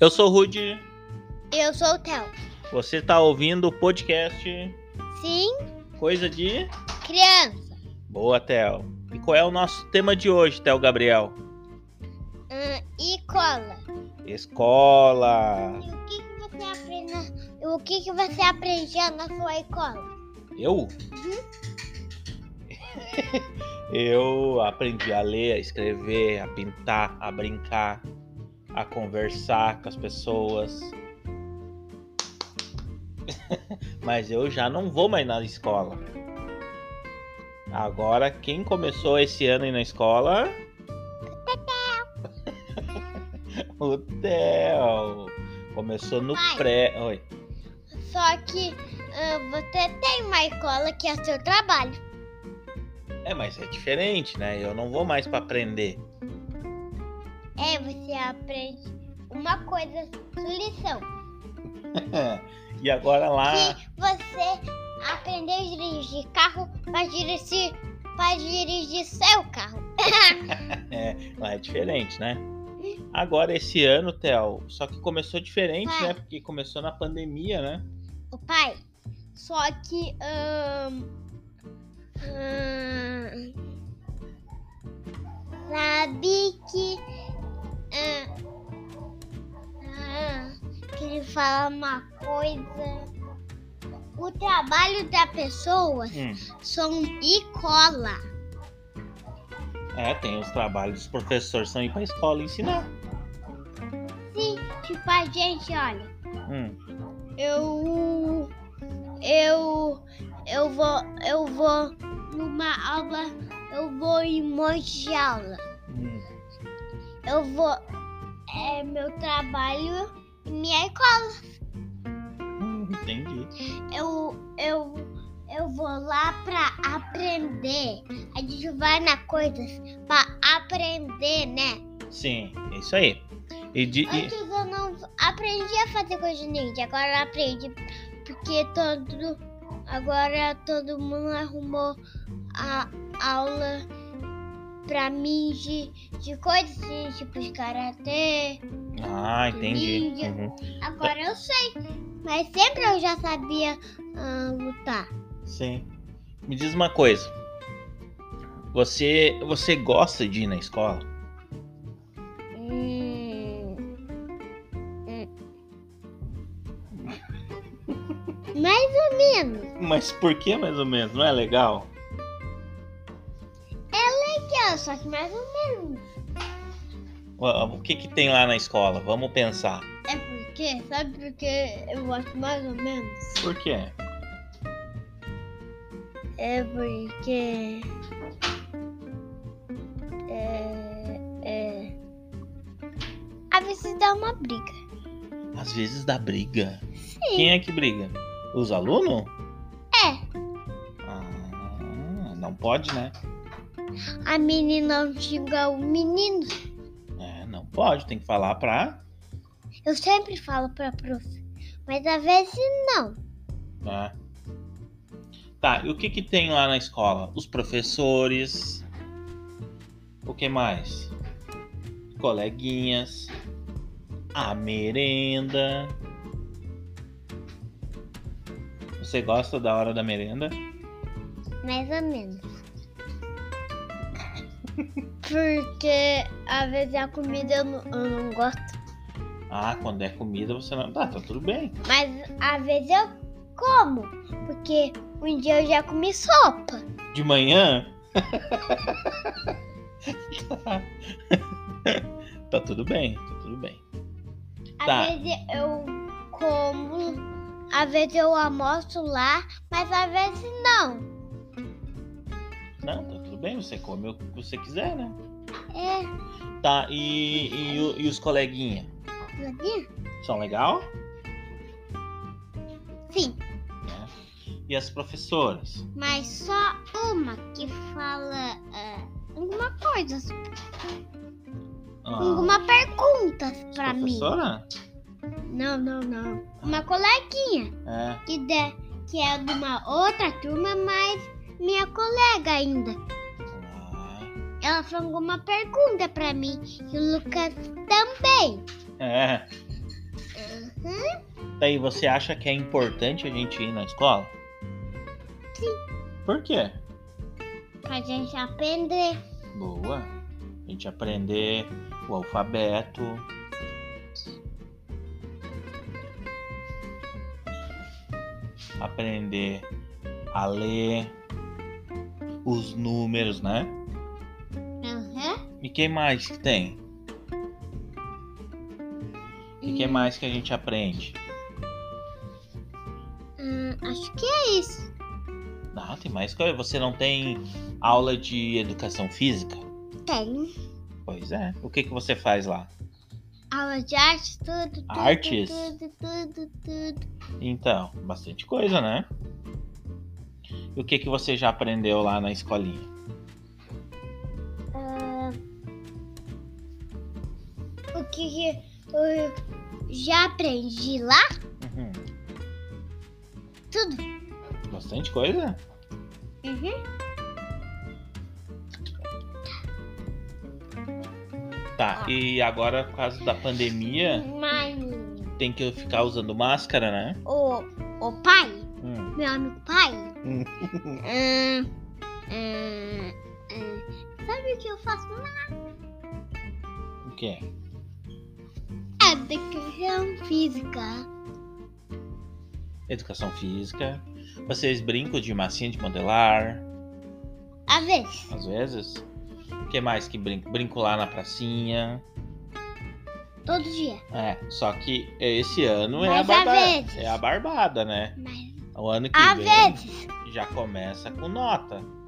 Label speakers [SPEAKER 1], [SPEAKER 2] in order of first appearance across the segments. [SPEAKER 1] Eu sou o Rude,
[SPEAKER 2] Eu sou o Theo.
[SPEAKER 1] você está ouvindo o podcast
[SPEAKER 2] Sim,
[SPEAKER 1] Coisa de
[SPEAKER 2] criança.
[SPEAKER 1] Boa, Theo. E qual é o nosso tema de hoje, Theo Gabriel?
[SPEAKER 2] Hum, e cola.
[SPEAKER 1] Escola.
[SPEAKER 2] E o que, que você aprende? O que, que você aprendeu na sua escola?
[SPEAKER 1] Eu? Eu aprendi a ler, a escrever, a pintar, a brincar, a conversar com as pessoas. Mas eu já não vou mais na escola. Agora, quem começou esse ano a ir na escola? O Theo. Começou no
[SPEAKER 2] Pai.
[SPEAKER 1] pré. Oi.
[SPEAKER 2] Só que hum, você tem uma escola que é seu trabalho.
[SPEAKER 1] É, mas é diferente, né? Eu não vou mais pra aprender.
[SPEAKER 2] É, você aprende uma coisa, lição.
[SPEAKER 1] É, e agora lá.
[SPEAKER 2] Que você aprendeu a dirigir carro para dirigir, para dirigir seu carro.
[SPEAKER 1] Lá é diferente, né? Agora esse ano, Theo, só que começou diferente,
[SPEAKER 2] Tá.
[SPEAKER 1] né? Porque começou na pandemia, né?
[SPEAKER 2] O pai. Só que. hum, hum, sabe que. hum, hum, que ele fala uma coisa. O trabalho da pessoa
[SPEAKER 1] Hum.
[SPEAKER 2] são e cola.
[SPEAKER 1] É, tem os trabalhos dos professores são ir pra escola ensinar.
[SPEAKER 2] Sim, tipo a gente, olha.
[SPEAKER 1] Hum.
[SPEAKER 2] Eu. Eu. Eu vou. Eu vou numa aula. Eu vou em um monte de aula.
[SPEAKER 1] hum.
[SPEAKER 2] Eu vou. É meu trabalho e minha escola.
[SPEAKER 1] Hum, Entendi.
[SPEAKER 2] Eu. Eu. Eu vou lá pra aprender. A gente vai na coisas pra aprender, né?
[SPEAKER 1] Sim, é isso aí. E de. e-
[SPEAKER 2] Antes eu não aprendi a fazer coisa de ninja, agora eu aprendi porque todo agora todo mundo arrumou a aula pra mim de, de coisas assim, tipo de karatê.
[SPEAKER 1] Ah, entendi.
[SPEAKER 2] Ninja.
[SPEAKER 1] Uhum.
[SPEAKER 2] Agora eu sei, mas sempre eu já sabia ah, lutar.
[SPEAKER 1] Sim. Me diz uma coisa. Você, você gosta de ir na escola?
[SPEAKER 2] Hum. Hum. Mais ou menos.
[SPEAKER 1] Mas por que mais ou menos? Não é legal?
[SPEAKER 2] Que, é, só que mais ou menos.
[SPEAKER 1] O que que tem lá na escola? Vamos pensar.
[SPEAKER 2] É porque, sabe por que eu gosto mais ou menos?
[SPEAKER 1] Por quê?
[SPEAKER 2] É porque. É. é... Às vezes dá uma briga.
[SPEAKER 1] Às vezes dá briga. Quem é que briga? Os alunos?
[SPEAKER 2] É,
[SPEAKER 1] Ah, não pode, né?
[SPEAKER 2] a menina xinga o menino.
[SPEAKER 1] É, não pode. Tem que falar pra.
[SPEAKER 2] Eu sempre falo pra prof. Mas às vezes não.
[SPEAKER 1] Tá. Tá, e o que que tem lá na escola? Os professores. O que mais? Coleguinhas. A merenda. Você gosta da hora da merenda?
[SPEAKER 2] Mais ou menos. Porque às vezes a comida eu não- eu não gosto.
[SPEAKER 1] Ah, quando é comida você não. Tá, tá tudo bem.
[SPEAKER 2] Mas às vezes eu como, porque um dia eu já comi sopa.
[SPEAKER 1] De manhã? tá tudo bem, tá tudo bem.
[SPEAKER 2] Às
[SPEAKER 1] Tá.
[SPEAKER 2] vezes eu como, às vezes eu almoço lá, mas às vezes não.
[SPEAKER 1] Não, tá tudo bem, você come o que você quiser, né?
[SPEAKER 2] É,
[SPEAKER 1] Tá, e, e, o- e os coleguinha?
[SPEAKER 2] sabia?
[SPEAKER 1] São legal?
[SPEAKER 2] Sim,
[SPEAKER 1] E as professoras?
[SPEAKER 2] mas só uma que fala ah, alguma coisa, assim,
[SPEAKER 1] Ah,
[SPEAKER 2] alguma pergunta
[SPEAKER 1] as
[SPEAKER 2] pra mim.
[SPEAKER 1] professora?
[SPEAKER 2] Não, não, não.
[SPEAKER 1] Ah.
[SPEAKER 2] Uma coleguinha
[SPEAKER 1] É.
[SPEAKER 2] que, de, que é de uma outra turma, mas minha colega ainda.
[SPEAKER 1] Ah,
[SPEAKER 2] Ela falou uma pergunta pra mim e o Lucas também.
[SPEAKER 1] é.
[SPEAKER 2] Uhum.
[SPEAKER 1] Daí você acha que é importante a gente ir na escola? Sim. Por quê?
[SPEAKER 2] Pra gente aprender.
[SPEAKER 1] Boa. A gente aprender o alfabeto. Aprender a ler os números, né?
[SPEAKER 2] Uhum.
[SPEAKER 1] E quem mais que tem? E quem mais É que a gente aprende?
[SPEAKER 2] Hum, acho que é isso.
[SPEAKER 1] Ah, tem mais coisa. Você não tem aula de educação física?
[SPEAKER 2] Tem
[SPEAKER 1] Pois é. O que, que você faz lá?
[SPEAKER 2] aula de arte, tudo, tudo,
[SPEAKER 1] Artes?
[SPEAKER 2] tudo, tudo, tudo.
[SPEAKER 1] Então, bastante coisa, né? E o que, que você já aprendeu lá na escolinha?
[SPEAKER 2] ah, O que que eu já aprendi lá?
[SPEAKER 1] Uhum.
[SPEAKER 2] Tudo.
[SPEAKER 1] Bastante coisa?
[SPEAKER 2] Uhum.
[SPEAKER 1] Tá, e agora, por causa da pandemia,
[SPEAKER 2] Uhum. Mas
[SPEAKER 1] tem que ficar usando máscara, né?
[SPEAKER 2] o, o pai,
[SPEAKER 1] Hum.
[SPEAKER 2] meu amigo pai.
[SPEAKER 1] Hum.
[SPEAKER 2] hum, hum, hum. Sabe o que eu faço lá?
[SPEAKER 1] O quê?
[SPEAKER 2] É educação física.
[SPEAKER 1] Educação física. Vocês brincam de massinha de modelar,
[SPEAKER 2] Às vezes.
[SPEAKER 1] às vezes. O que mais que brinco? Brinco lá na pracinha.
[SPEAKER 2] Todo dia.
[SPEAKER 1] É, só que esse ano é a
[SPEAKER 2] Mas às
[SPEAKER 1] barbada.
[SPEAKER 2] vezes.
[SPEAKER 1] É a barbada, né?
[SPEAKER 2] Mas
[SPEAKER 1] O ano que
[SPEAKER 2] às
[SPEAKER 1] vem
[SPEAKER 2] vezes.
[SPEAKER 1] já começa com nota.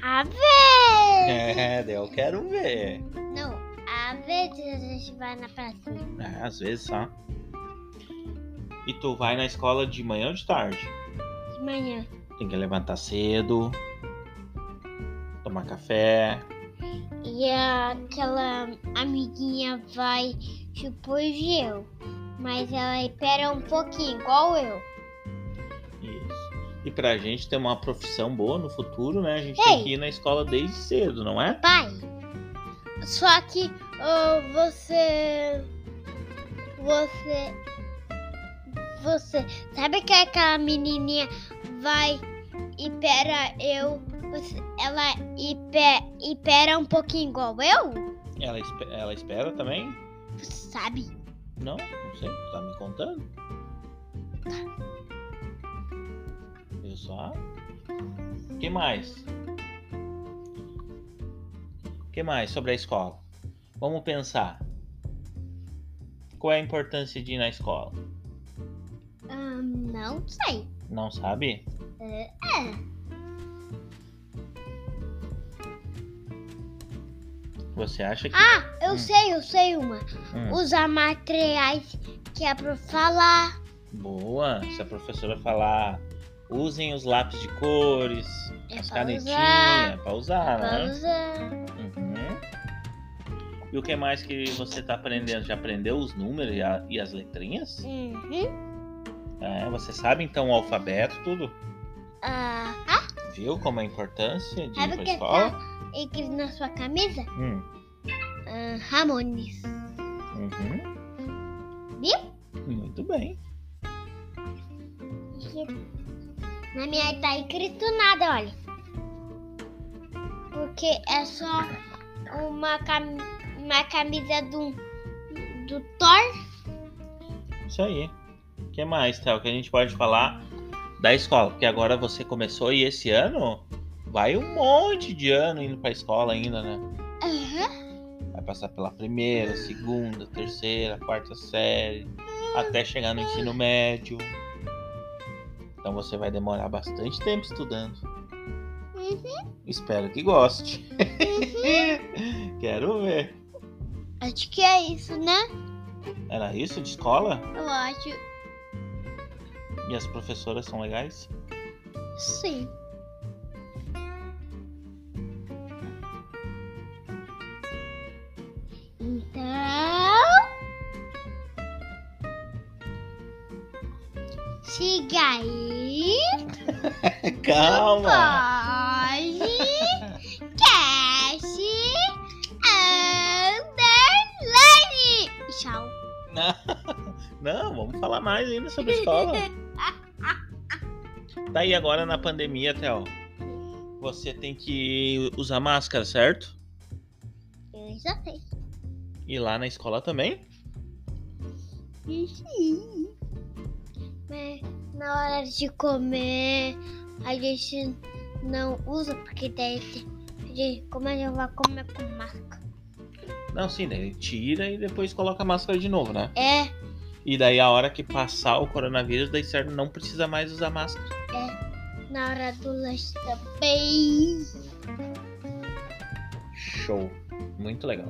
[SPEAKER 2] Às vezes.
[SPEAKER 1] É, daí eu quero ver.
[SPEAKER 2] Não, às vezes a gente vai na pracinha.
[SPEAKER 1] É, às vezes só. E tu vai na escola de manhã ou de tarde?
[SPEAKER 2] De manhã.
[SPEAKER 1] Tem que levantar cedo, tomar café.
[SPEAKER 2] E aquela amiguinha vai chupar o gelo. Mas ela espera um pouquinho, igual eu.
[SPEAKER 1] Isso. E pra gente ter uma profissão boa no futuro, né? A gente
[SPEAKER 2] Ei.
[SPEAKER 1] tem que ir na escola desde cedo, não é?
[SPEAKER 2] Pai, só que ah, você. Você. Você. Sabe que aquela menininha vai e pera eu. você- ela e pe- e pera um pouquinho igual eu?
[SPEAKER 1] Ela, espe- ela espera também?
[SPEAKER 2] Você sabe?
[SPEAKER 1] Não, não sei. Tu tá me contando? Eu só. O que mais? O que mais sobre a escola? Vamos pensar. Qual é a importância de ir na escola?
[SPEAKER 2] Ah, não sei.
[SPEAKER 1] Não sabe?
[SPEAKER 2] É.
[SPEAKER 1] Você acha que.
[SPEAKER 2] Ah, eu
[SPEAKER 1] Hum.
[SPEAKER 2] sei, eu sei uma.
[SPEAKER 1] Hum.
[SPEAKER 2] Usar materiais que é pra falar.
[SPEAKER 1] Boa! Se a professora falar, usem os lápis de cores,
[SPEAKER 2] É
[SPEAKER 1] as
[SPEAKER 2] pra
[SPEAKER 1] canetinhas,
[SPEAKER 2] usar.
[SPEAKER 1] pra usar,
[SPEAKER 2] pra
[SPEAKER 1] né?
[SPEAKER 2] usar.
[SPEAKER 1] Uhum. E o que mais que você tá aprendendo? Já aprendeu os números e, a- e as letrinhas?
[SPEAKER 2] Uhum.
[SPEAKER 1] É, você sabe então o alfabeto, tudo?
[SPEAKER 2] Ah.
[SPEAKER 1] Viu como é a importância de ir
[SPEAKER 2] Sabe
[SPEAKER 1] pra
[SPEAKER 2] o que
[SPEAKER 1] escola?
[SPEAKER 2] tá escrito na sua camisa?
[SPEAKER 1] Hum,
[SPEAKER 2] Ah, Ramones.
[SPEAKER 1] uhum.
[SPEAKER 2] Viu?
[SPEAKER 1] Muito bem.
[SPEAKER 2] Na minha tá escrito nada, olha. Porque é só uma, cam... uma camisa do... do Thor.
[SPEAKER 1] Isso aí. O que mais, Théo? Que a gente pode falar da escola? Porque agora você começou e esse ano vai um monte de ano indo pra escola ainda, né?
[SPEAKER 2] Aham.
[SPEAKER 1] Vai passar pela primeira, segunda, terceira, quarta série, até chegar no ensino médio. Então você vai demorar bastante tempo estudando.
[SPEAKER 2] Uhum.
[SPEAKER 1] Espero que goste. Quero ver.
[SPEAKER 2] Acho que é isso, né?
[SPEAKER 1] Era isso de escola?
[SPEAKER 2] Eu acho.
[SPEAKER 1] E as professoras são legais?
[SPEAKER 2] Sim. Então. Siga aí.
[SPEAKER 1] Calma!
[SPEAKER 2] Pode. Cash. Underline. Tchau.
[SPEAKER 1] Não. Não, vamos falar mais ainda sobre escola. Tá aí agora na pandemia, Theo. Você tem que usar máscara, certo?
[SPEAKER 2] Eu exatei.
[SPEAKER 1] E lá na escola também?
[SPEAKER 2] Sim. Mas na hora de comer, a gente não usa, porque daí tem- a gente, como é a gente vai comer com máscara?
[SPEAKER 1] Não, sim, daí tira e depois coloca a máscara de novo, né?
[SPEAKER 2] É,
[SPEAKER 1] E daí a hora que passar o coronavírus, daí certo, não precisa mais usar máscara.
[SPEAKER 2] na hora do lanche também.
[SPEAKER 1] Show. Muito legal.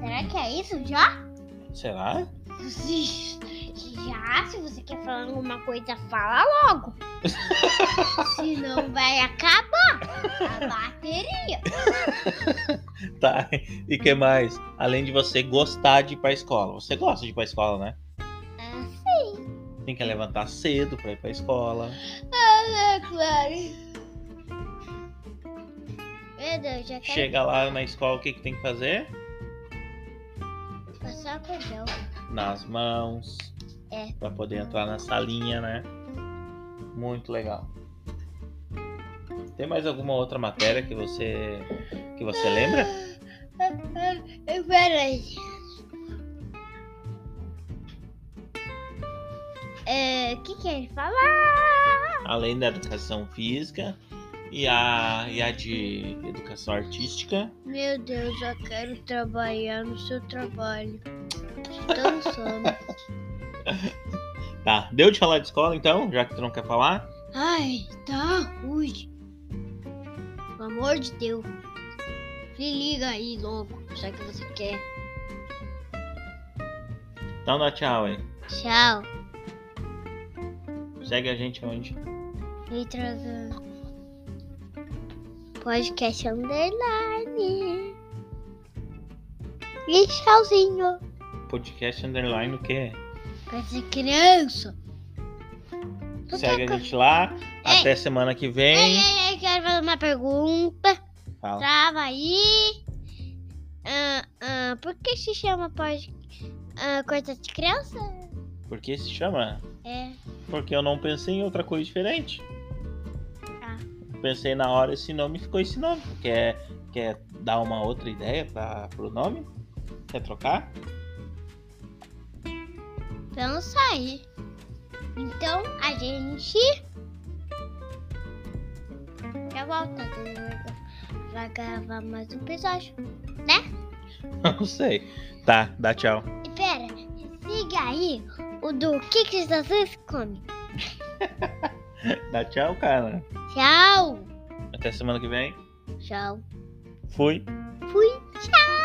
[SPEAKER 2] Será que é isso já?
[SPEAKER 1] Será?
[SPEAKER 2] Vocês- Já, se você quer falar alguma coisa, fala logo. Senão vai acabar a bateria.
[SPEAKER 1] Tá. E que mais? Além de você gostar de ir pra escola. Você gosta de ir pra escola, né? Tem que levantar cedo pra ir pra escola.
[SPEAKER 2] É claro. Meu Deus, já quero
[SPEAKER 1] Chega lá na escola, o que, que tem que fazer?
[SPEAKER 2] passar o cordão.
[SPEAKER 1] Nas mãos.
[SPEAKER 2] É.
[SPEAKER 1] Pra poder entrar na salinha, né? Muito legal. Tem mais alguma outra matéria que você que você lembra?
[SPEAKER 2] Peraí. É, o que que ele falar?
[SPEAKER 1] Além da educação física e a, e a de educação artística.
[SPEAKER 2] Meu Deus, eu quero trabalhar no seu trabalho. Tão sono.
[SPEAKER 1] Tá, deu de falar de escola então, já que tu não quer falar?
[SPEAKER 2] Ai, tá ruim. Pelo amor de Deus. Se liga aí logo, já que você quer.
[SPEAKER 1] Então dá tchau aí.
[SPEAKER 2] Tchau.
[SPEAKER 1] Segue a gente onde?
[SPEAKER 2] Vitrozão. Podcast Underline. E tchauzinho.
[SPEAKER 1] Podcast Underline o quê?
[SPEAKER 2] Pra ser criança. Não
[SPEAKER 1] Segue a
[SPEAKER 2] tá
[SPEAKER 1] gente lá.
[SPEAKER 2] Ei.
[SPEAKER 1] Até semana que
[SPEAKER 2] com- Ei,
[SPEAKER 1] vem. Tá.
[SPEAKER 2] ei, ei, quero fazer uma pergunta.
[SPEAKER 1] Fala.
[SPEAKER 2] Trava aí. Ah, ah, por que se chama pod... ah, coisa de criança?
[SPEAKER 1] Por que se chama?
[SPEAKER 2] É.
[SPEAKER 1] Porque eu não pensei em outra coisa diferente.
[SPEAKER 2] Ah.
[SPEAKER 1] Pensei na hora esse nome e ficou esse nome. Quer, quer dar uma outra ideia pra, pro nome? Quer trocar?
[SPEAKER 2] Pensa aí. Então a gente. Já volta. a gente Vai gravar mais um episódio.
[SPEAKER 1] Não sei. Tá, dá tchau.
[SPEAKER 2] E pera, siga aí o do que que Jesus come.
[SPEAKER 1] Dá tchau, cara.
[SPEAKER 2] Tchau.
[SPEAKER 1] Até semana que vem.
[SPEAKER 2] Tchau.
[SPEAKER 1] Fui.
[SPEAKER 2] Fui. Tchau.